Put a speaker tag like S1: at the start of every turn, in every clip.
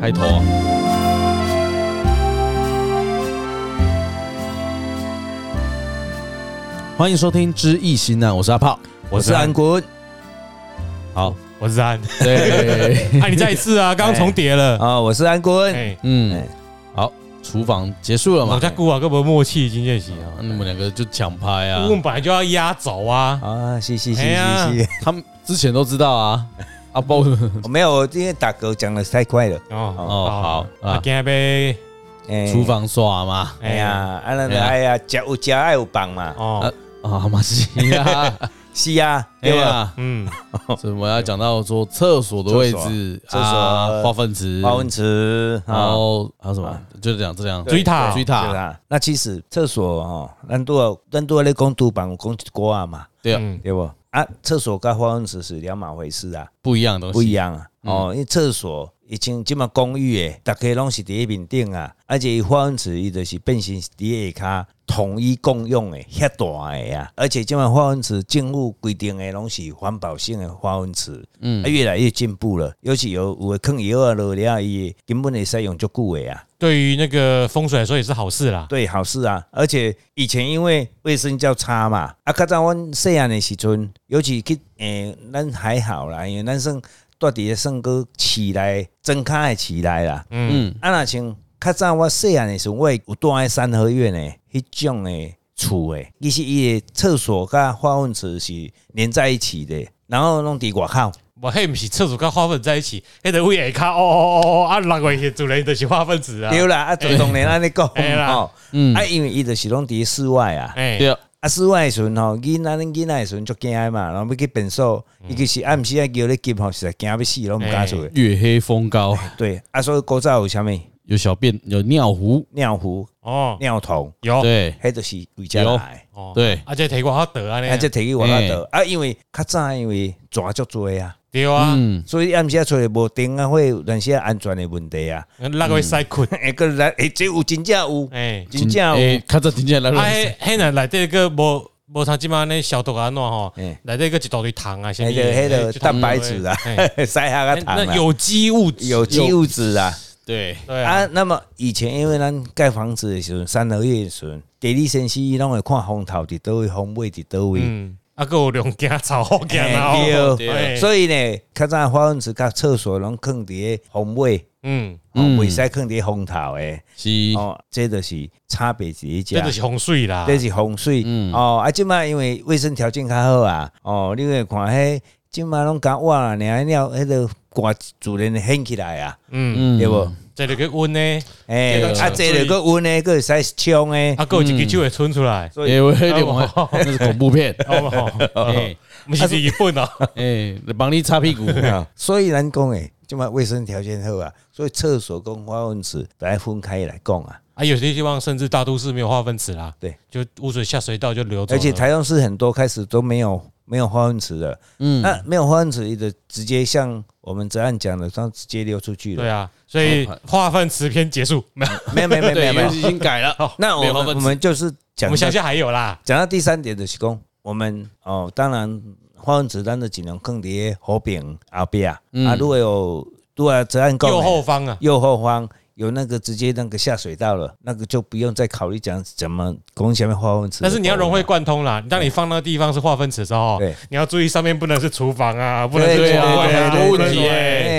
S1: 开头啊。欢迎收听《知易行难》，我是阿炮，
S2: 我是安
S1: 国。好，
S2: 我是安，
S1: 对，
S2: 哎，你再一次啊，刚刚重叠了。
S3: 啊，我是安坤。
S2: 哎，
S1: 嗯，好，厨房结束了
S2: 我
S1: 嘛？
S2: 家姑啊，根本默契已经练习啊。
S1: 那你们两个就抢拍啊
S2: 顾！问本来就要压轴啊，
S3: 啊，是是是
S2: 哎呀
S3: 是是，
S1: 他们之前都知道啊。阿包
S3: 我哦没有，因为打嗝讲的太快了。
S2: 哦，
S1: 哦，好
S2: 啊，
S1: 啊，
S2: 今杯，
S3: 哎
S1: 厨，房刷嘛，
S3: 哎呀，，啊
S1: 哎
S3: 那
S1: 呀
S3: 个哎呀，食有食，爱有棒嘛，
S1: 啊
S2: 哦，
S1: 啊，马西 亚，
S3: 是啊，
S1: 哎
S3: 对吧？
S1: 呀，
S2: 嗯，
S1: 所以我们要讲到说厕所的位置，
S3: 厕所
S1: 啊化粪池，
S3: 花文池
S1: 然
S3: 啊，
S1: 后还有什么？就这样，就这样，
S2: 水塔
S1: 水
S3: 对
S1: 塔，
S3: 啦。那其实厕所哦，咱都要咱都要咧讲厨房，有讲锅啊嘛，
S1: 对啊，
S2: 嗯，
S3: 对不？啊，厕所跟花文池是两码回事啊，
S1: 不一样的东西，嗯
S3: 不一样啊。哦，因为厕所以前即嘛公寓诶，大家拢是伫迄面顶啊，而且花园池伊就是变成是伫下骹统一共用诶，遐大诶啊。而且即嘛花园池政府规定诶拢是环保性诶花园池，嗯、啊，越来越进步了。尤其有有诶坑药啊落了伊根本会使用足久诶啊，
S2: 对于那个风水来说也是好事啦。
S3: 对，好事啊。而且以前因为卫生较差嘛，啊，较早阮细汉诶时阵，尤其去诶、咱还好啦，因为咱算住伫咧算个市内，真卡诶市内啦。
S1: 嗯，
S3: 啊，若像较早我细汉的时候，我会有住喺三合院诶，迄种诶厝诶，其实伊的厕所甲化粪池是连在一起的，然后拢伫外口。
S2: 我嘿不是厕所跟花粉在一起，嘿的位也看哦哦哦哦，啊，六位是主人就是花分子啊，
S3: 对啦，啊，总当然安尼 讲
S2: 哎啦
S3: 吼，
S1: 嗯
S3: 啊，因为伊就是拢伫室外啊，
S2: 哎，
S1: 对啊，
S3: 啊，室外的时阵吼，囡仔恁囡仔的时阵足惊的嘛，然后要去便所，
S2: 嗯
S3: 伊就是暗时啊叫咧急吼，实在惊要死，拢毋敢出去。
S1: 月黑风高，
S3: 对，啊，所以古早有啥物
S1: 有小便，有尿壶，
S3: 尿壶、
S2: 哦，
S3: 尿桶，
S2: 有，
S1: 对
S3: 迄就是为遮来的。
S2: 哦，
S1: 对
S2: 而且提过好得啊
S3: 啊，
S2: 呢，
S3: 这提起我那倒啊，因为较早因为蛇足多啊，
S2: 对啊，
S1: 嗯，
S3: 所以暗时啊出来无灯啊，会有那些安全的问题啊。
S2: 六位塞困，
S3: 哎，个来，哎，这有真正有，
S2: 哎，
S3: 真正有，哎
S1: 诶，看这听起
S3: 嗯
S1: 来
S2: 啊，
S1: 来，
S2: 嘿，嘿那内底个无无像即摆呢消毒啊怎吼
S3: 哎，
S2: 内底个一大堆糖啊，啥物
S3: 迄个迄个
S2: 就
S3: 蛋白质啊
S2: 哎，
S3: 塞下
S2: 哎
S3: 个糖
S2: 那
S3: 啊，
S2: 有机物质，
S3: 有机物质啊。
S1: 对，
S2: 对啊
S3: 啊，，那么以前因为咱盖房子的时候，三合院的时候，地理先生伊拢会看风头伫倒位，风尾伫倒位。
S2: 嗯，啊个有两件炒好件啊，
S3: 嘿
S2: 哦
S3: 对
S2: 哎
S3: 所以呢，较早花园池甲厕所拢放伫个风尾，
S2: 嗯，
S3: 哦
S1: 嗯
S3: 袂使放伫风头诶。
S1: 是，
S3: 哦，这就是差别是一
S2: 这
S3: 家
S2: 就，是风水啦，
S3: 啊这是风水。
S1: 嗯
S3: 哦，啊，即摆因为卫生条件较好啊，哦，你会看迄即摆拢甲瓦啦，然后了迄个挂自然掀起来啊，
S2: 嗯，
S1: 嗯
S3: 对无？
S2: 这就个温呢，
S3: 哎，
S2: 对
S3: 啊，这个个温呢，个会使冲诶，
S2: 啊个有一支酒会冲出 来，
S3: 所以
S1: 诶，我有点晚，
S3: 哦
S1: 那是恐怖片，
S2: 好不好？
S1: 哎
S2: 不是日本啊，
S1: 哎，帮你擦 屁股，
S3: 所以咱讲诶，即摆卫生条件好啊，所以厕所跟花园池来分开来讲啊。
S2: 啊有些地方甚至大都市没有化粪池啦，
S3: 对，
S2: 就污水下水道就流走了，
S3: 而且台中市很多开始都没有没有花园池了，
S1: 嗯
S3: 那没有花园池的直接像我们哲案讲的，像直接流出去了
S2: 对。啊，所以
S3: 哦
S2: 化粪池篇结束，没有，
S3: 没有没有没 有没
S1: 对，
S3: 有没哦
S1: 因为
S3: 有。
S1: 已经改了，
S3: 那
S1: 没有
S3: 我
S1: 分子
S3: 们我们就是
S2: 我
S3: 讲
S2: 们
S3: 到
S2: 乡下还有啦，
S3: 讲到第三点就是讲，我们哦，当然花园子弹的尽量更伫河边后边啊，啊，如果有如果只按
S2: 右后方啊，
S3: 右后方有那个直接那个下水道了，那个就不用再考虑讲怎么攻下面花园子。
S2: 但是你要融会贯通啦。你当你放那个地方是化粪池之后
S3: 对，
S2: 你要注意上面不能是厨房啊，不能
S3: 对
S2: 是
S3: 对
S2: 厨
S3: 对
S2: 柜啊，
S3: 对
S2: 不能
S3: 对
S1: 问题
S3: 对，
S1: 耶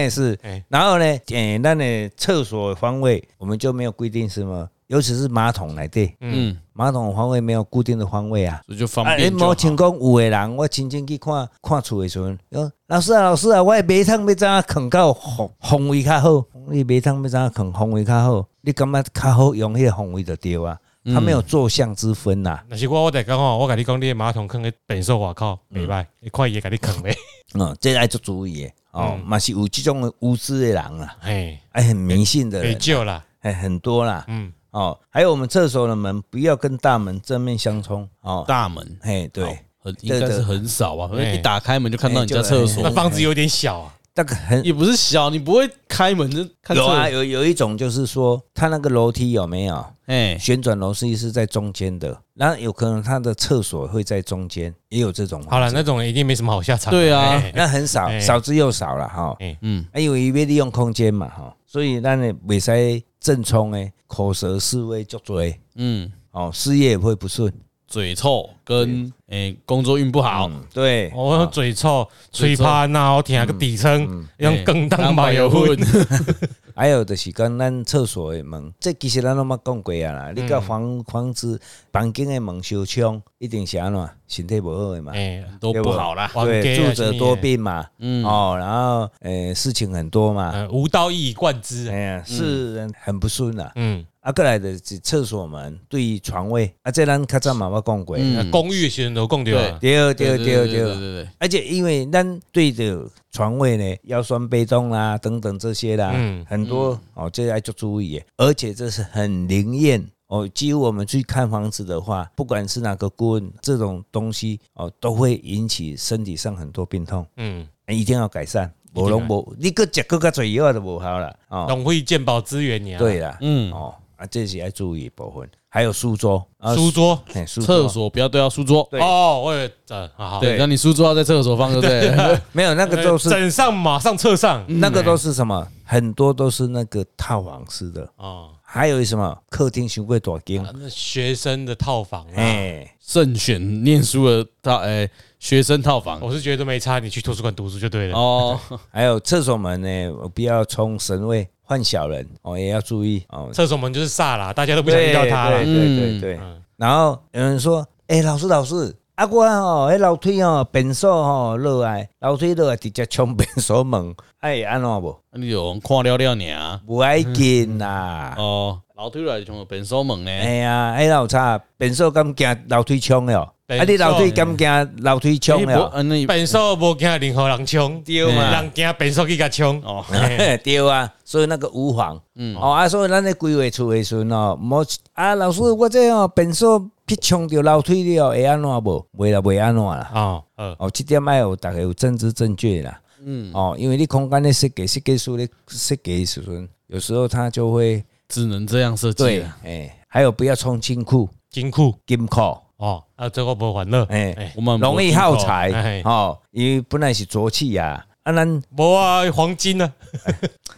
S3: 哎是
S2: 哎。
S3: 然后呢，诶，那呢厕所方位我们就没有规定什么，尤其是马桶来对，
S1: 嗯，
S3: 马桶方位没有固定的方位啊。
S1: 所以就方
S3: 啊，你
S1: 便就
S3: 无
S1: 好，
S3: 像讲有的人，我亲身去看看厝的时阵，讲老师啊，老师啊，我的马桶要怎啊放到方方位较好？你马桶要怎啊放方位较好？你感觉较好用迄个方位就对啊，
S1: 嗯
S3: 他没有坐向之分啊呐、
S2: 那是我我得讲吼，我跟你讲，你的马桶坑的本兽外靠，袂歹，你看伊会给你坑咧，
S3: 嗯，这爱做注意的
S1: 嗯
S3: 哦，嘛、是有这种的无知的人啦、
S2: 嘿，
S3: 哎，很迷信的
S1: 嗯
S2: 被
S3: 人，
S2: 救啦，
S3: 哎，很多啦，
S2: 嗯，
S3: 哦，还有我们厕所的门不要跟大门正面相冲哦，
S1: 大门，哦
S3: 嘿，对哎
S1: 好，很应该是很少啊，
S2: 对对
S1: 一打开门就看到你家
S3: 哎就
S1: 厕所
S2: 那，房子有点小啊，
S3: 那个很
S1: 也不是小，你不会开门就看
S3: 有啊，
S1: 厕，
S3: 有有一种就是说，它那个楼梯有没有
S1: 哎，
S3: 旋转楼梯是在中间的，然后有可能它的厕所会在中间，也有这种房子。
S2: 好了，那种人一定没什么好下场。
S1: 对啊
S2: 哎
S3: 那很少，
S2: 哎
S3: 少之又少了哈。
S2: 哎
S1: 嗯
S3: 嗯，因为伊要利用空间嘛哈，所以咱也袂使正冲诶，口舌是非足多
S1: 嗯，
S3: 哦，事业也会不顺。
S1: 嘴臭跟哎工作运不好，
S3: 嗯，对，
S2: 我
S3: 哦
S2: 嘴臭、
S1: 嘴
S2: 嘴
S1: 臭
S2: 怕那我听个底层，用更当麻油
S1: 混
S2: 混。，
S3: 还有就是讲咱厕所的门，这其实咱拢捌讲过啊
S2: 嗯
S3: 啦。你甲房房子房间的门相冲，一定是安怎样身体无好诶嘛。
S2: 哎，
S1: 都不好啦。
S2: 玩
S3: 对，
S2: 家啊
S3: 住者多，病嘛，
S1: 嗯
S3: 哦，然后呃事情很多
S2: 什么
S3: 嘛，
S2: 的呃，无刀一以贯之
S3: 哎。呀，是很不顺啦。
S2: 嗯，
S3: 啊，过来的是厕所门对于床位，啊，这咱较早嘛捌讲过，
S1: 嗯
S2: 呃公寓的学生都讲对啊，
S3: 对对对
S1: 对对
S3: 对，
S1: 对，
S3: 而且因为咱对着床位呢，腰酸背痛啦等等这些啦，
S2: 嗯
S3: 很多哦，这要做注意的，而且这是很灵验。哦，几乎我们去看房子的话，不管是哪个顾问，这种东西哦，都会引起身体上很多病痛。
S2: 嗯，
S3: 一定要改善，
S2: 定
S3: 无
S2: 要
S3: 拢无，你搁食搁较侪药都无效啦。哦，
S2: 浪费鉴宝资源啊呀。
S3: 对，啦，
S1: 嗯
S3: 哦啊，这是要注意的部分。还有书桌啊，
S2: 书桌。
S3: 嘿书
S1: 厕所不要对到书桌，
S3: 对
S2: 哦，我也呃，好好，
S1: 对，
S3: 对
S1: 那你书桌要在厕所放，对不 对？
S3: 没有那个都是嗯
S2: 枕上马上厕上。
S3: 那个都是什么？很多都是那个套房式的，
S2: 哦，
S3: 还有什么客厅、行柜、大厅
S2: 啊，那学生的套房啊，
S3: 哎，
S1: 慎选念书的套，哎，学生套房
S3: 哦
S2: 我是觉得都没差，你去图书馆读书就对了。
S1: 哦，
S3: 还有厕所门呢，不要冲神位换小人哦，也要注意哦。
S2: 厕所门就是煞啦，大家都不想遇到他
S3: 对
S2: 了。
S3: 对对
S1: 嗯
S3: 对。
S2: 嗯
S3: 然后有人说：“哎、老师老师，啊我吼、迄楼梯吼、便所吼落来，楼梯落来直接冲便所门，哎安怎无？
S1: 你有看了了你啊？
S3: 无爱紧啦。
S1: 哦，楼梯来从本手门呢？
S3: 哎呀，迄老差便所敢惊楼梯冲了？
S2: 便
S3: 啊你
S2: 所
S3: 楼梯敢惊楼梯冲
S1: 哎不
S3: 了？
S1: 啊那你
S2: 本手无惊任何人冲，
S3: 对嘛
S2: 人惊本手去甲冲。
S1: 哦，
S3: 对啊，所以那个无妨。嗯，哦啊，所以咱咧规划厝的时阵哦，莫啊老师，我这哦便所去冲着楼梯了，会安怎无？袂啦，袂安怎啦。
S2: 哦，呃，
S3: 哦，这点爱有大家有政治正确啦。嗯，哦，因为你空间的设计、设计师的设计的时阵，有时候他就会
S1: 只能这样设计啊
S3: 对，
S1: 了。
S3: 哎、还有不要穿金裤、
S2: 金库
S3: 金裤，
S2: 哦，啊，这个无烦恼。
S3: 哎、
S2: 哎，
S1: 我们
S3: 容易耗材，
S2: 哎
S3: 哦，因为本来是浊气呀，啊，咱
S2: 无啊，黄金啊，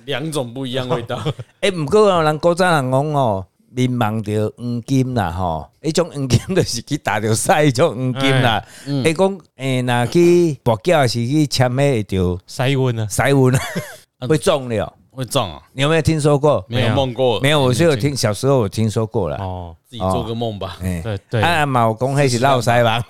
S1: 两种不一样味 道。
S3: 哎，毋过哦，人古早人讲哦，民望着黄金啦，吼，迄种黄金就是去打着晒迄种黄金啦，伊讲诶，若去跋筊是去签迄着
S2: 塞温啊，
S3: 晒运会中了，
S1: 会撞啊？
S3: 你有没有听说过？
S1: 没有梦过，
S3: 没有，我是有听小时候我听说过了。
S2: 哦，
S1: 自己做个梦吧。
S3: 哎
S2: 对对
S3: 啊，嘛，我讲迄是闹腮吧？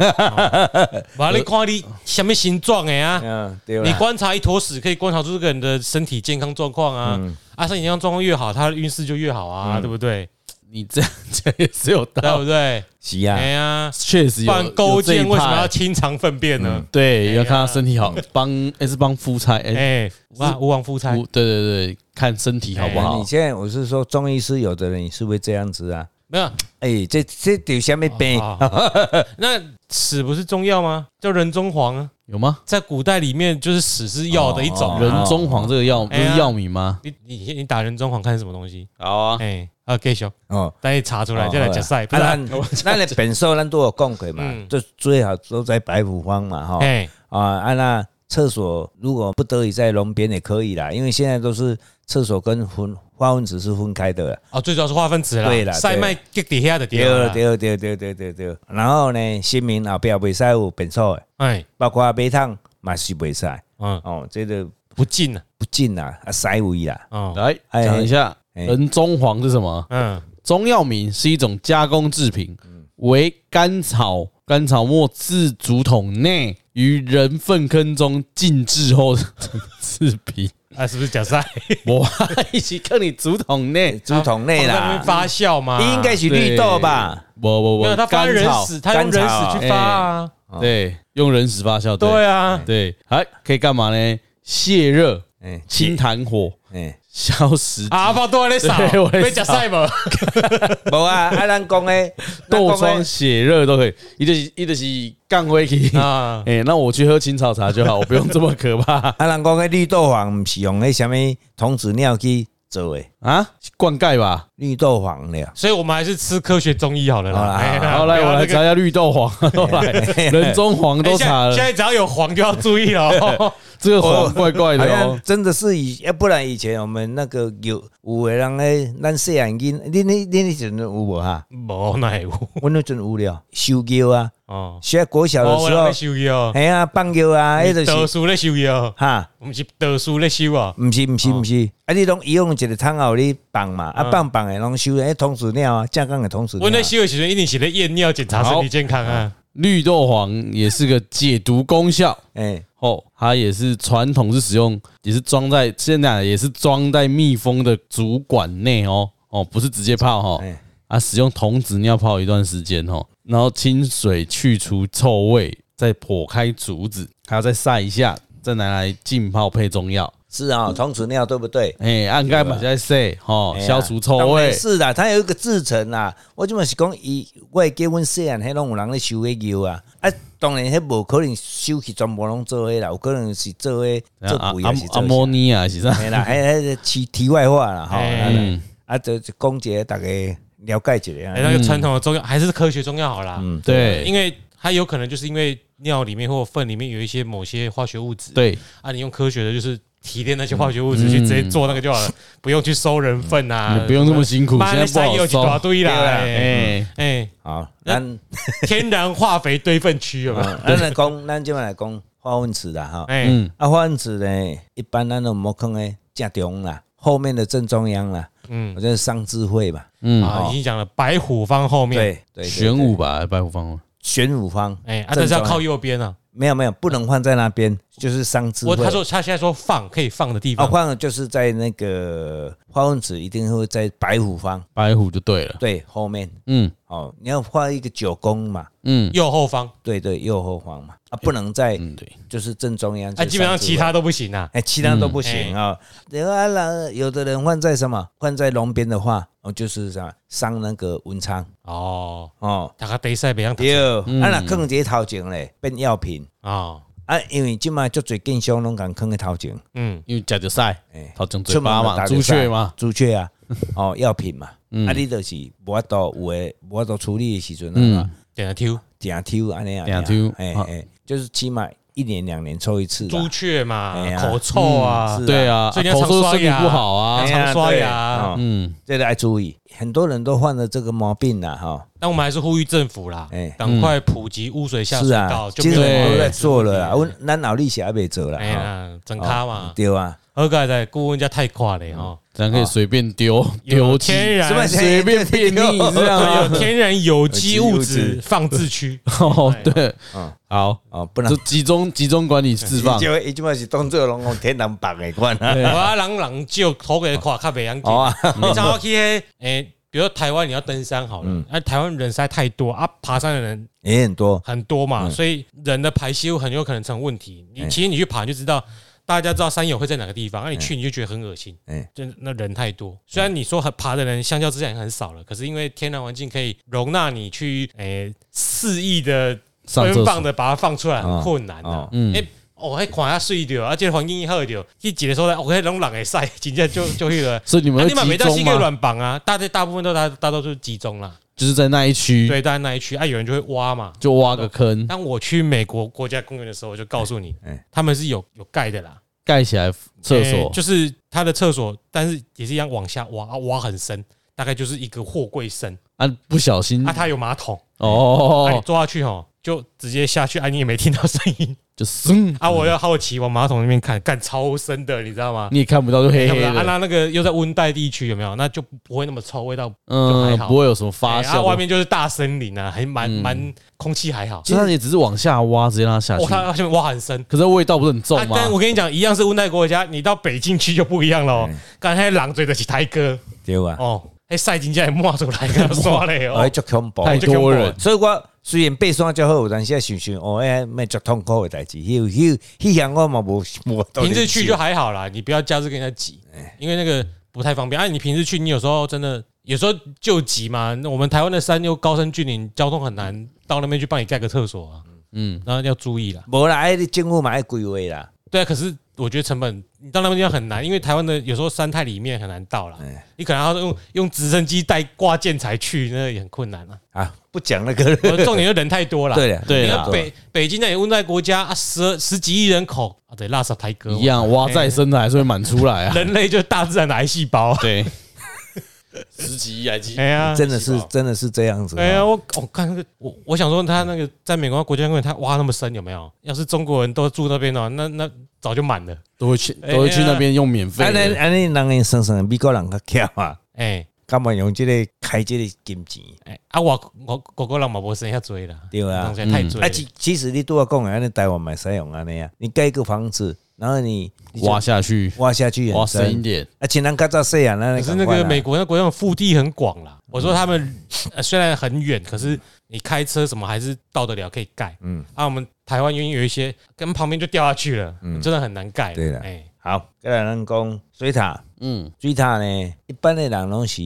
S2: 完你看你什么形状的啊？
S3: 嗯，对
S2: 你
S3: 啦。
S2: 观察一坨屎，可以观察出这个人的身体健康状况啊。
S3: 嗯
S2: 啊，身体健康状况越好，他的运势就越好啊，对不对？
S1: 你这样讲也是有
S2: 对
S1: 道
S2: 不
S1: 理，
S2: 对？
S3: 是啊
S2: 哎，呀，
S1: 确实
S2: 不
S1: 有。
S2: 然勾
S1: 有这一
S2: 践为什么
S1: 派
S2: 要清肠粪便呢？
S1: 对，
S2: 哎
S1: 要看他
S2: 呀
S1: 身体好，帮哎是帮夫差哎，
S3: 嗯
S2: 哎，哇，吴王夫差
S1: 夫对对对，看身体好不
S3: 那
S1: 好
S3: 哎你？现在我是说，中医师有的人你是不是这样子啊？
S2: 没有，
S3: 哎，这这有什么病？
S2: 啊那屎不是中药吗？叫人中黄啊，
S1: 有吗？
S2: 在古代里面就是屎是药的一种
S3: 哦
S2: 啊。
S1: 人中黄这个药不
S2: 哎呀
S1: 是药名吗？
S2: 你你你打人中黄看是什么东西？
S1: 好啊，
S2: 哎，啊，继续，
S3: 哦，
S2: 等你查出来再来
S3: 哦
S2: 解
S3: 好啦
S2: 赛，不然，
S3: 啊咱咱的本寿咱都有讲过嘛，
S2: 嗯
S3: 就最好都在白虎方嘛，哈。
S2: 哎，
S3: 啊啊，那厕所如果不得已在龙边也可以啦，因为现在都是厕所跟分花分子是分开的啦。
S2: 哦，最主要是化分子啦，
S3: 对啦
S2: 赛
S3: 对
S2: 麦给底下的
S3: 对
S2: 底下，
S3: 对对对对对对。然后呢，新民后壁袂使有本寿的。
S2: 哎，
S3: 包括马桶嘛是袂使
S2: 嗯，
S3: 哦，这个
S2: 不进了，
S3: 不进啦，啊塞位啦，
S2: 哦，
S1: 来
S3: 哎
S1: 讲一下
S3: 哎
S1: 人中黄是什么？
S2: 嗯，
S1: 中药名是一种加工制品，
S3: 嗯
S1: 为甘草甘草末自竹筒内于人粪坑中浸制后的制 品。
S2: 啊，是不是假赛？
S1: 我一起看你竹筒内，
S3: 哎竹筒内
S2: 哦放在那啊边
S3: 啦，
S2: 发酵吗？
S3: 你应该是绿豆吧？
S1: 不不不，
S2: 没有，他发
S1: 甘
S2: 人
S1: 草
S2: 屎，他用人
S3: 甘草
S2: 屎去发啊，
S1: 对，用人屎发酵，对
S2: 对啊，
S1: 对，还可以干嘛呢？泄热、
S3: 哎
S1: 清潭火
S3: 哎，
S1: 消食
S2: 啊，阿爸都在那扫
S1: 对我，在
S2: 被夹赛嘛，
S3: 无啊，啊，咱讲诶，咱
S1: 痘
S3: 讲
S1: 疮、
S3: 的
S1: 血热都可以，一就是一就是干回去
S2: 啊
S1: 啊！哎，那我去喝青草茶就好，我不用这么可怕
S3: 啊，人讲诶，绿豆黄毋是用迄啥物童子尿去做诶，
S1: 啊！灌溉吧。
S3: 绿豆黄啊了。
S2: 所以我们还是吃科学中医好了
S3: 好啦
S2: 啦。哎呀
S1: 好，来
S2: 不
S1: 我
S2: 要
S1: 来
S2: 那个
S1: 查一下绿豆黄，都来人中黄
S2: 哎
S1: 都
S2: 现
S1: 查
S2: 在现
S1: 了，
S2: 在只要有黄就要注意了哦。
S1: 这个黄怪
S2: 哎
S1: 怪
S3: 好
S1: 的
S3: 像
S1: 哦。
S3: 真的是以，要不然以前我们那个有有的人咧，咱细汉囡，你你你那阵有 无哈？
S2: 无那有
S3: 我那阵有了，收腰啊，
S2: 哦，
S3: 学国小的
S2: 我
S3: 时
S2: 有
S3: 候
S2: 在，修药，
S3: 哎呀、放尿啊，迄
S2: 德
S3: 就是
S2: 叔在修药，
S3: 哈，
S2: 不是德叔在修啊。
S3: 毋是毋是毋是，啊，你拢伊用一个桶后你放嘛，啊
S2: 嗯
S3: 放放的拢收，迄童子尿啊，正港的童子
S2: 我那
S3: 尿啊。
S2: 修的时候一定是在验尿检查身体健康啊。
S1: 绿豆黄也是个解毒功效
S3: 哎，
S1: 哦，它也是传统是使用，也是装在现在也是装在密封的主管内哦哦，不是直接泡哈、哦
S3: 哎，
S1: 啊，使用童子尿泡一段时间哦，然后清水去除臭味，再剖开竹子，还要再晒一下，再拿来浸泡配中药。
S3: 是啊，童子尿对不对？
S1: 哎，按盖马在晒哦
S3: 哎，呀
S1: 消除臭
S3: 当然
S1: 味。
S3: 是啦，它有一个制成啦。我即嘛是讲，伊我会结阮细汉，迄拢有人咧收迄油啊。啊，当然迄无可能收去全部拢做迄啦，有可能是做迄做
S1: 啊
S3: 肥
S1: 阿
S3: 还是哎
S1: 阿
S3: 做
S1: 莫
S3: 啥。
S1: 尼亚是啊啥？
S3: 嘿啦，迄迄是题题外话啦，吼。
S2: 哎
S3: 啊
S1: 嗯，
S3: 啊，就就讲一个大家了解一下
S2: 哎，
S3: 啊。
S2: 那个传统的中药还是科学中药好啦。
S3: 嗯，
S1: 对
S2: 因为它有可能就是因为尿里面或粪里面有一些某些化学物质，
S1: 对，嗯
S2: 啊，你用科学的就是提炼那些化学物质去直接做那个 就好了，不用去收人粪啊，
S1: 你不用那么辛苦，
S2: 妈
S1: 现在
S2: 那
S1: 不
S2: 山
S1: 好
S2: 有几大
S1: 收。
S2: 堆啦，
S3: 对啦
S2: 哎
S1: 哎，哎
S2: 哎，
S3: 好，咱
S2: 天然化肥堆粪区有没有？
S3: 啊咱来讲，咱即嘛来讲化粪池啦，吼。
S2: 哎，
S1: 嗯，
S3: 啊，化粪池呢，一般咱都莫放诶正中啦，后面的正中央啦，
S2: 嗯
S3: 我就是商智慧嘛。
S1: 嗯
S2: 啊，已经讲了白虎方后面，
S3: 对对，对
S1: 玄武吧，白虎方吗
S3: 玄武方，
S2: 哎，啊，但是要
S3: 正中
S2: 靠右边啊。
S3: 没有没有，不能放在那边，就是伤智慧。
S2: 我他说他现在说放可以放的地
S1: 哦
S3: 啊，
S2: 方，
S3: 换了就是在那个花文子一定会在白虎方
S1: 白虎就对了。
S3: 对后面
S1: 嗯
S3: 哦，你要画一个九宫嘛，
S1: 嗯
S2: 右后方，
S3: 对对，右后方嘛，啊，不能在
S1: 嗯，对，
S3: 就是正中央。
S2: 啊，
S3: 就是
S2: 基本上
S3: 上智慧
S2: 其他都不行啊。
S3: 哎，其他都不行啊。然后啊，那有的人换在什么？换在龙边的话，哦，就是啥伤那个文昌
S2: 哦，
S3: 哦。
S2: 大家比赛别样
S3: 对，啊那坑在头前嘞，变药品
S2: 啊，
S3: 啊，因为即嘛足侪建商拢敢坑在头前。
S2: 嗯，
S1: 因为假就晒
S3: 哎，
S1: 头前
S3: 出
S1: 嘴
S3: 门
S1: 巴嘛，朱
S3: 就打
S1: 雀
S3: 比赛
S1: 嘛，，
S3: 朱雀啊， 哦，药品嘛，
S1: 嗯
S3: 啊，你就是无法度有诶，无法度处理诶时阵啊，
S2: 点了 Q，
S3: 定抽安尼啊，
S1: 嗯定
S3: 定
S1: 抽
S3: 哎
S1: 好
S3: 哎，就是起码一年两年抽一次吧
S2: 朱，雀嘛
S3: 哎，呀
S2: 口臭啊
S3: 嗯，是
S1: 对啊，
S2: 所以你要
S1: 口
S2: 常
S1: 说
S2: 刷
S1: 身体
S2: 牙
S1: 不好啊
S2: 哎，常刷牙
S3: 对哦
S1: 嗯，
S3: 这个要注意，很多人都患了这个毛病啦，哈，
S2: 但我们还是呼吁政府啦
S3: 哎，
S2: 赶快普及污水下水
S3: 是啊
S2: 道，，就
S3: 其
S2: 没
S3: 实
S2: 有
S1: 对
S3: 我们都
S2: 人
S3: 在
S2: 会
S3: 做了啦，啊我咱脑力也未做啦，
S2: 哎
S3: 哈
S2: 呀，整咖嘛，
S3: 对啊，
S2: 何解在顾问家太快了哦，
S1: 咱可以随便丢
S2: 有
S1: 丢
S2: 天
S1: 弃，
S2: 然
S3: 什么现
S1: 随
S3: 在
S1: 便便利
S3: 就
S1: 这样
S2: 有
S1: 啊，
S2: 天然有机物质
S3: 有
S2: 放置区，
S1: 哦，对
S3: 嗯，
S1: 好，
S3: 哦，不然
S1: 就集中集中管理释放嗯
S3: 伊，就伊即嘛是当做拢讲天堂白诶款啊，
S2: 我啊人人就头给垮较袂要紧
S3: 哦啊，
S2: 你像我去诶，哎比如说台湾你要登山好了，那台湾人实在太多啊，爬山的人
S3: 也很多，
S2: 很多
S1: 嗯
S2: 嘛，所以人的排泄物很有可能成问题。你
S3: 哎
S2: 其实你去爬你就知道，大家知道山友会在哪个地方，
S1: 哎
S2: 那你去你就觉得很恶心
S3: 哎，
S2: 就那人太多。虽然你说很爬的人相较之下已经很少了，可是因为天然环境可以容纳你去诶肆意的
S1: 上
S2: 奔
S1: 厕
S2: 放
S1: 所，
S2: 的把它放出来，很
S3: 哦
S2: 困难的
S3: 哦。
S1: 啊嗯。
S2: 哎，哦，迄看遐水着，啊，即个环境好着，去一个所在，我迄拢人哎会使，真正就 就迄个
S1: 所以你
S2: 啊，
S1: 们
S2: 你嘛
S1: 会集
S2: 没到
S1: 中
S2: 新个
S1: 吗？
S2: 软绑啊，大家大部分都大大多数集中啦，
S1: 就是在那一区
S2: 对，大家那一区啊，有人就会挖嘛。
S1: 就挖个坑
S2: 当我去美国国家公园的时候，我就告诉你
S3: 哎，
S2: 他们是有有盖的啦，
S1: 盖起来厕
S2: 欸
S1: 所，
S2: 就是他的厕所，但是也是一样往下挖，啊挖很深，大概就是一个货柜深，
S1: 啊，不小心
S2: 啊，它有马桶，啊，你
S1: 哦，
S2: 坐下去吼，就直接下去，啊，你也没听到声 音，
S1: 就松，
S2: 啊，我要好奇往马桶那边看，干超深的，你知道吗？
S1: 你也看不到，就黑黑
S2: 要不然啊，
S1: 的，
S2: 那那个又在温带地区有没有？那就不会那么臭，味道就还
S1: 嗯，
S2: 好
S1: 不会有什么发
S2: 哎啊
S1: 酵。嗯
S2: 外面就是大森林啊，还蛮蛮空气还好。
S1: 就它也只是往下挖，直接让它下去
S2: 哦，，它它下面挖很深。
S1: 可是味道不是很重
S2: 啊，
S1: 吗
S2: 但？我跟你讲，一样是温带国家，你到北京去就不一样了哦。刚才狼嘴的是台哥哦
S3: 对啊，
S2: 哦，哎，赛金家也冒出来，跟他说嘞
S3: 哦，
S2: 哦，
S3: 足恐怖。
S1: 太多人
S3: 所以我虽然爬山较好，有但是想想哦，哎，蛮足痛苦的代志，迄迄迄项我嘛无无。
S2: 平日去就还好啦，你不要假日跟人家挤，因为那个不太方便。哎、啊，你平日去，你有时候真的有时候就急嘛。那我们台湾的山又高山峻岭，交通很难到那边去帮你盖个厕所啊。嗯，然后要注意啦。
S3: 无啦，哎，你政府嘛爱规划啦。
S2: 对啊，可是我觉得成本你到那边要很难，因为台湾的有时候山太里面很难到啦。你可能要用用直升机带挂建材去，那也很困难啊。
S3: 啊，不讲那个了。
S2: 呃重点就人太多了。
S3: 对了，
S1: 对
S2: 你
S1: 啦
S2: 看北北京那里温带国家啊，十十几亿人口啊，对，拉萨台哥嘛
S1: 一样挖再深的还是会满出来 啊。
S2: 人类就是大自然的癌细胞。
S1: 对，十几亿来机
S2: 哎呀，
S3: 真的是真的是这样子。啊
S2: 哎呀，我我看那个，我我想说他那个在美国国家公园，他挖那么深有没有？要是中国人都住那边的话，那那早就满了。
S1: 都会去都会去那边用免费
S3: 安尼
S1: 的，
S3: 安尼，啊人因算算美国人较巧啊，
S2: 哎
S3: 干嘛用即个开即个金钱？
S2: 哎，啊我我狗狗让马博生下追了，
S3: 对啊
S2: 东西太追
S3: 啊，
S2: 了。
S3: 其其实你对我讲的，安尼台湾买使用安尼啊，你盖一个房子，然后你你就
S1: 挖下去，
S3: 挖下去
S1: 挖
S3: 很
S1: 深一
S3: 深，
S1: 点。
S3: 啊，请人较早细啊，那
S2: 可是那个美国那国家的腹地很广啦，我说他们呃虽然很远，可是你开车什么还是到得了，可以盖。嗯，啊，我们台湾因为有一些跟旁边就掉下去了，真的很难盖。
S3: 对啦
S2: 哎，
S3: 好，再来咱讲水塔，
S1: 嗯，
S3: 水塔呢，一般的人拢是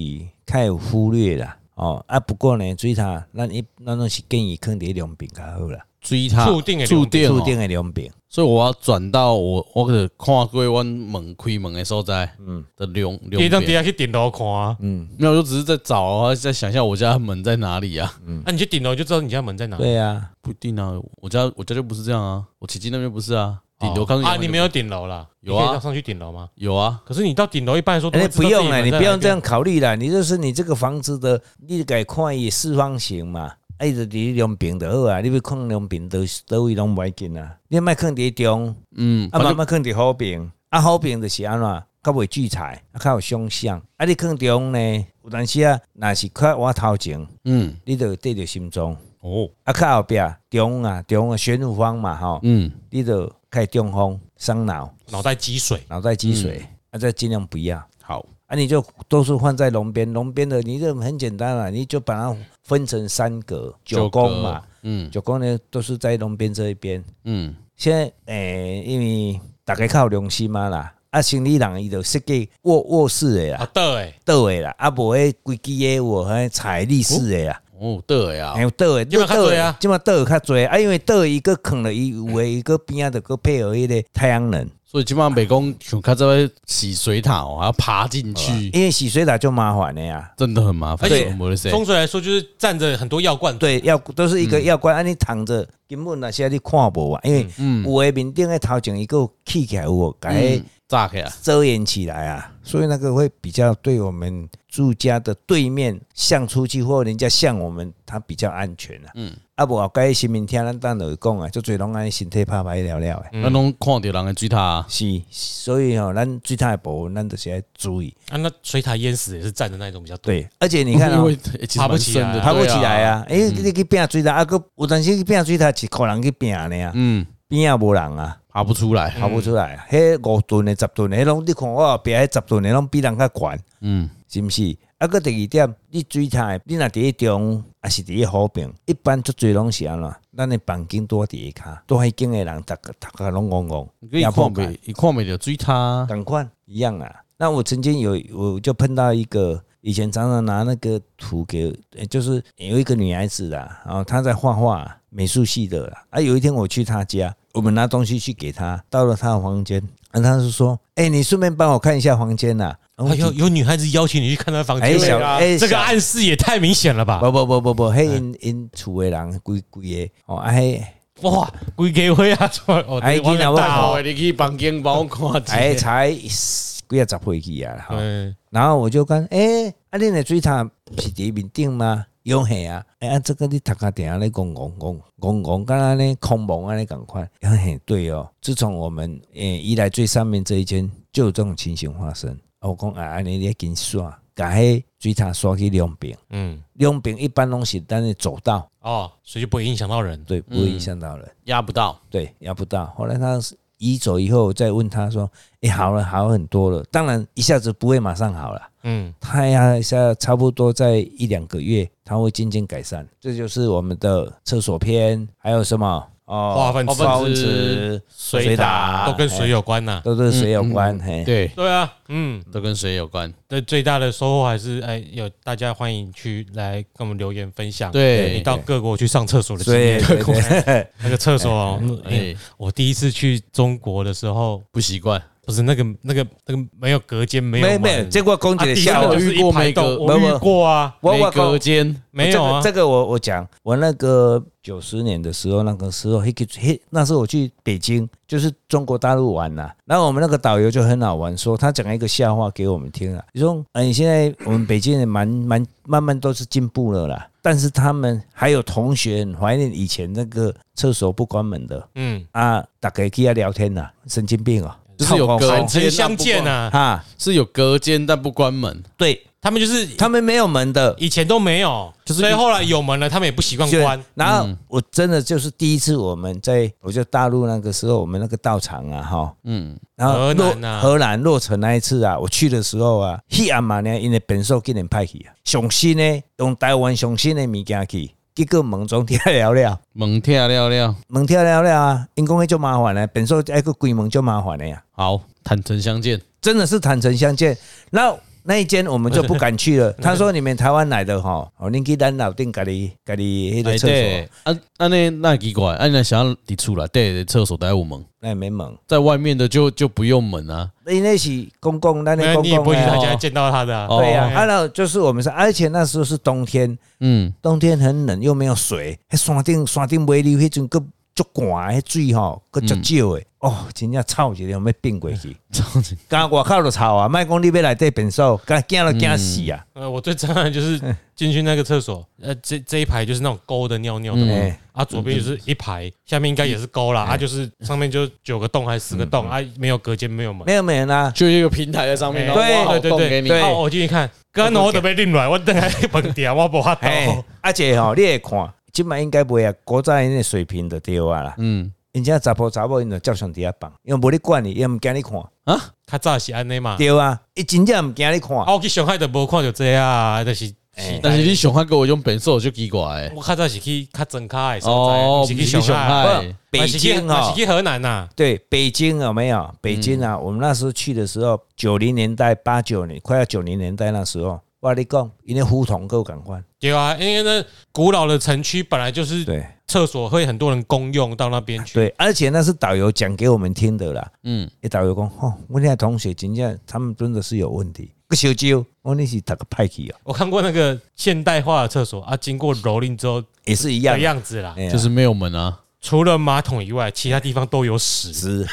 S3: 较有忽略啦。哦啊，不过呢，水塔咱一咱拢是建议放伫两边较好啦，
S1: 注意它
S2: 注定的
S1: 注
S2: 两
S1: 定
S3: 厝
S1: 哦
S3: 顶的两边。
S1: 所以我要转到我我可看过阮门开门的所在，嗯的两
S2: 可
S1: 两
S2: 以让底
S1: 边，
S2: 下去顶楼看啊，
S1: 没有，我就只是在找啊，在想一下我家的门在哪里啊。
S2: 那你去顶楼就知道你家门在哪。
S3: 对啊，
S1: 不一定啊，我家我家就不是这样啊，我奇迹那边不是啊，顶楼
S2: 哦
S1: 看到
S2: 啊，你没
S1: 有
S2: 有顶楼啦？
S1: 有啊
S2: 你可以上上去顶楼吗？
S1: 有啊，
S2: 可是你到顶楼一般来说都
S3: 哎，
S2: 会知道
S3: 不
S2: 自己
S3: 用啦，
S2: 门
S3: 你
S2: 在
S3: 不
S2: 哪
S3: 用
S2: 边
S3: 这样考虑啦，你就是你这个房子的，你该看伊四方形嘛，啊，伊就伫两边就好啊，你要放两边都都位拢袂要紧啊，你莫放伫中，
S1: 嗯，
S3: 啊，
S1: 反
S3: 慢
S1: 正
S3: 慢放伫好边，啊，好边就是安怎，较袂聚财，啊，较有凶相，啊，你放中呢，有当时啊，若是较我头前，
S1: 嗯
S3: 你就缀着心中，
S1: 哦
S3: 啊，较后壁中啊，中啊，玄武方嘛吼，
S1: 嗯
S3: 你就开中风伤脑，
S2: 脑袋积水，
S3: 脑袋积水，
S1: 嗯
S3: 啊，再尽量不要。
S1: 好
S3: 啊，你就都是放在龙边，龙边的你这很简单啊，你就把它分成三格，九宫嘛，，
S1: 嗯
S3: 九宫呢都是在龙边这一边。
S1: 嗯
S3: 现在诶、因为大家靠良心嘛啦，啊，生理人伊就设计卧卧室的
S2: 啊
S3: 啦，
S2: 对，哎，
S3: 倒的啦，啊，无迄规矩的有迄彩立式的啦，
S1: 哦对呀
S3: 还，有哎倒的，
S2: 这嘛较多啊
S3: 即嘛倒的较多啊，因为倒伊个坑了伊有诶伊个边啊，就个配合迄个太阳能，
S1: 所以基本上北宫想看这边洗水塔哦，还要爬进去，
S3: 因为洗水塔就麻烦的啊呀、
S1: 真的很麻烦。
S2: 而且
S1: 我的谁
S2: 风水来说就是站着很多药罐，
S3: 对，药都是一
S2: 嗯
S3: 个药罐，安、尼躺着根本那些你看无啊，因为
S2: 嗯
S1: 嗯
S3: 有诶面顶诶头前一个起起来有哦，把它
S1: 炸开啊，
S3: 遮掩起来啊，所以那个会比较对我们住家的对面向出去，或人家向我们，它比较安全啊。嗯，啊无后盖新闻听咱等落讲啊，就最拢安尼身体拍歹了了诶。
S1: 那拢看到人的水塔啊，
S3: 是，所以吼、咱最大的部分，咱就是要注意。
S2: 啊，那水塔淹死也是站着那种比较多。
S3: 对，而且你看、
S1: 因
S3: 哦
S1: 为，欸其实
S2: 爬不
S1: 蛮
S2: 起
S1: 深
S2: 来
S1: 的
S2: 啊
S3: 爬不
S1: 对
S3: 起来啊！哎、你去拼水塔，啊个有当时去拼水塔，一个人去拼呢啊，
S1: 嗯，
S3: 边啊无人啊。
S1: 爬不出来，
S3: 跑不出来。迄五吨的、十吨的，迄拢你看我后壁迄十吨的，拢比人较悬，
S1: 嗯，
S3: 是毋是？啊，个第二点，你水塔的，你若伫一中，也是伫一好边，一般足侪拢是安怎？咱的房间拄啊伫下骹，拄迄间的人，逐个逐个拢戆戆，
S1: 你可以
S3: 也
S1: 看
S3: 不
S1: 不，你看不到水塔啊，
S3: 同款一样啊。那我曾经有，我就碰到一个以前常常拿那个图给，呃就是有一个女孩子啦，然后她在画画，美术系的啦。啊，有一天我去她家，我们拿东西去给她，到了她的房间，啊，她是说，哎、你顺便帮我看一下房间呐、啊。
S2: 哎呦，有有女孩子邀请你去看她房
S3: 哎、
S2: 间，
S3: 小哎、
S2: 这个
S3: 小
S2: 暗示也太明显了吧？
S3: 不不不不不，嘿，
S2: 哎
S3: 因因厝的人规规的，哦，啊嘿，
S2: 哇，鬼给灰啊！哦，
S3: 哎
S2: 我
S3: 囡仔
S2: 很大
S3: 我
S2: 哦。
S1: 你去房间帮我看
S3: 哎，才几啊十岁去啊，吼。
S2: 嗯，
S3: 然后我就讲，诶、啊，恁的水塔是伫面顶吗？有嘿啊，哎、啊，这个你头壳顶咧戆戆戆戆戆，敢若咧空蒙安尼共款，哎嘿，对哦。自从我们诶移来最上面这一间，就有这种情形发生。啊我讲啊，安尼你要紧刷，甲迄水塔刷去两边，
S2: 嗯，
S3: 两边一般拢是咱的走道，
S2: 哦，所以就不会影响到人。
S3: 对，不会影响到人。
S1: 压不到，
S3: 对，压不到。后来他是移走以后，再问他说：“哎、好了，好很多了。”当然一下子不会马上好了，
S2: 嗯，
S3: 他呀一下差不多在一两个月，他会渐渐改善。这就是我们的厕所篇，还有什么？哦
S2: 化粪池
S3: 粪池
S1: 水
S3: 打哎
S2: 都跟水有关呐。
S3: 都是水有关，嘿，
S1: 对，
S2: 对啊，嗯，
S1: 都跟水有关。
S2: 那最大的收获还是哎，有大家欢迎去来跟我们留言分享。你
S1: 对，
S2: 到各国去上厕所的经
S3: 所以
S2: 验，
S3: 对对对
S2: 那个厕所哦，嗯哎
S1: 哎，
S2: 我第一次去中国的时候，
S1: 不习惯。
S2: 不是那个那个那个没有隔间，没有
S3: 没有
S2: 门
S3: 没有，结果公姐
S2: 啊，
S3: 的
S2: 第一
S3: 下
S2: 个
S3: 午
S2: 就
S1: 我
S2: 是
S1: 遇过
S2: 一排
S1: 没
S2: 洞
S1: 隔
S2: 我
S3: 没
S2: 遇
S3: 有
S2: 过啊，
S3: 我
S1: 没
S3: 我
S1: 哎隔间，
S2: 没有啊，
S3: 这个、这个我我讲，我那个九十年的时候，那个时候嘿嘿，那时候我去北京，就是中国大陆玩呐、然后我们那个导游就很好玩，说他讲一个笑话给我们听啊，你说，嗯，现在我们北京人蛮蛮慢慢都是进步了啦，但是他们还有同学很怀念以前那个厕所不关门的
S2: 嗯，
S3: 啊，大概去要聊天呐、神经病啊，
S1: 就是有
S3: 靠
S1: 隔
S3: 高
S1: 间
S2: 很相见啊，
S3: 啊，
S1: 是有隔间但不关门，
S3: 对
S2: 他们就是
S3: 他们没有门的，
S2: 以前都没有，
S1: 就是
S2: 所以后来有门了，他们也不习惯关
S3: 对。然后我真的就是第一次，我们在我就大陆那个时候，我们那个道场啊，哈，
S1: 嗯，
S3: 然后
S2: 河
S3: 洛
S2: 南啊
S3: 河南洛城那一次啊，我去的时候啊，去阿妈呢，因为本寿给人派去啊，上新呢用台湾上新的物件去，结果门总听了了，
S1: 猛跳料料。
S3: 门听了了啊，因讲迄就麻烦呢，本寿还个鬼门就麻烦的呀、
S1: 好，坦诚相见，
S3: 真的是坦诚相见。那那一间我们就不敢去 了。他说你们台湾来的哈，哦，恁去咱老店家里家里迄个
S1: 哎
S3: 厕
S1: 对
S3: 所，，
S1: 啊啊那那奇怪，啊那想要抵触了，对，厕所待我们，
S3: 那也没门。
S1: 在外面的就就不用门啊，
S3: 因为是公共，那那
S2: 那
S3: 公
S2: 你也不
S3: 共
S2: 会去
S3: 啊
S2: 他家见到他的啊，
S1: 哦
S3: 对呀、
S2: 哦
S3: 啊，然后就是我们是，而且那时候是冬天，
S1: 嗯，
S3: 冬天很冷又没有水，迄山顶山顶尾流迄阵个足寒，迄水吼个足少
S2: 嗯
S3: 的，哦，真正臭一个有要变过去，
S1: 超级
S3: 刚外口就臭啊，莫讲你要来这便所，敢惊都惊死啊！
S2: 呃，我最震撼的就是
S3: 嗯
S2: 进去那个厕所，呃，这这一排就是那种勾的尿尿的嘛，
S3: 哎嗯
S2: 啊，左边就是一排，下面应该也是勾啦，啊，就是上面就九个洞还是十个
S3: 嗯
S2: 洞，啊，没有隔间，没有门。哎
S3: 没有没有啦，
S1: 就一个平台在上面，然后
S3: 对
S1: 挖好
S2: 对对
S1: 洞给
S2: 对
S1: 你，
S2: 对，啊，我进去看，刚刚我准备拎来，我等下 崩掉，我无法倒。
S3: 哎，而且吼，你会看，即摆应该袂啊，古早因的水平就对啊啦，
S1: 嗯
S3: 因遮查甫查某因就照常伫遐放，因为无你管你，伊毋惊你看，
S1: 啊，
S2: 较早是安尼嘛，
S3: 对啊，伊真正毋惊你看，
S2: 啊，我去上海就无看到这啊，就是。
S3: 哎
S1: 嗯但是你想看给我用本色我就奇怪欸，
S2: 我较早是去较真卡的所在，
S1: 哦
S2: 不，是去上海，
S3: 不
S1: 海，
S3: 北京
S2: 啊，
S3: 吼
S2: 是。去河南呐。
S3: 对，北京有没有？北京啊，我们那时候去的时候，九零年代、八九年，快要九零年代那时候，我跟你讲，因为胡同够赶快，
S2: 对啊，因为那古老的城区本来就是
S3: 对
S2: 厕所会很多人公用到那边去。
S3: 对，而且那是导游讲给我们听的啦。
S1: 嗯，
S3: 那导游讲，哦，我那同学真正他们真的是有问题，个小酒，我那是打个派去啊，
S2: 我看过那个现代化的厕所啊，经过蹂躏之后
S3: 也是一样
S2: 的，样子啦，
S3: 哎呀
S1: 就是没有门啊，
S2: 除了马桶以外，其他地方都有屎。
S3: 是。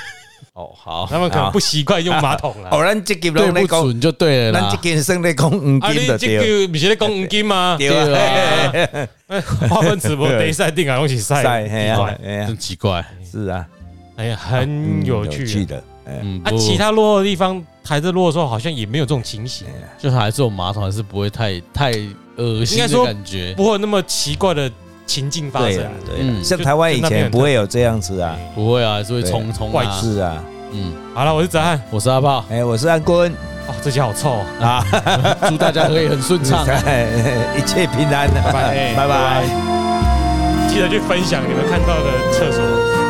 S1: 哦好，
S2: 他们可能不习惯用马桶啦。
S3: 哦，咱这集
S1: 对
S3: 拢在
S1: 不
S3: 讲，
S1: 准就对了
S3: 咱这
S1: 啦，
S3: 集算在讲黄
S2: 啊，你
S3: 金的
S2: 这
S3: 对了。
S2: 个不是在讲黄金吗？
S3: 对啊
S1: 啊
S3: 嘿嘿嘿，
S2: 化粪池不得赛定啊，东西赛
S3: 晒嘿啊，哎呀
S1: 真，奇怪，
S3: 是啊，
S2: 哎呀，很有
S3: 嗯
S2: 趣啊。
S3: 的，哎，
S1: 嗯，
S2: 啊，
S1: 不
S2: 其他落后的地方还在落的时候，好像也没有这种情形，
S1: 就还是有马桶，还是不会太太恶心
S2: 应该说
S1: 的感觉，
S2: 不会有那么奇怪的情境发
S3: 对啊
S2: 生
S3: 啦。，对啦，
S1: 嗯
S3: 像台湾以前不会有这样子啊，
S1: 不会啊，还是会冲冲
S2: 怪
S1: 啊，
S3: 是啊，
S1: 嗯，
S2: 好了，我是泽汉，
S1: 我是阿炮，
S3: 哎，我是安坤
S2: 哦，这集好臭哦。
S3: 啊，
S1: 祝大家可以很顺畅啊。
S3: 一切平安，啊
S2: 拜拜
S3: 拜拜。
S2: 记得去分享你们看到的厕所。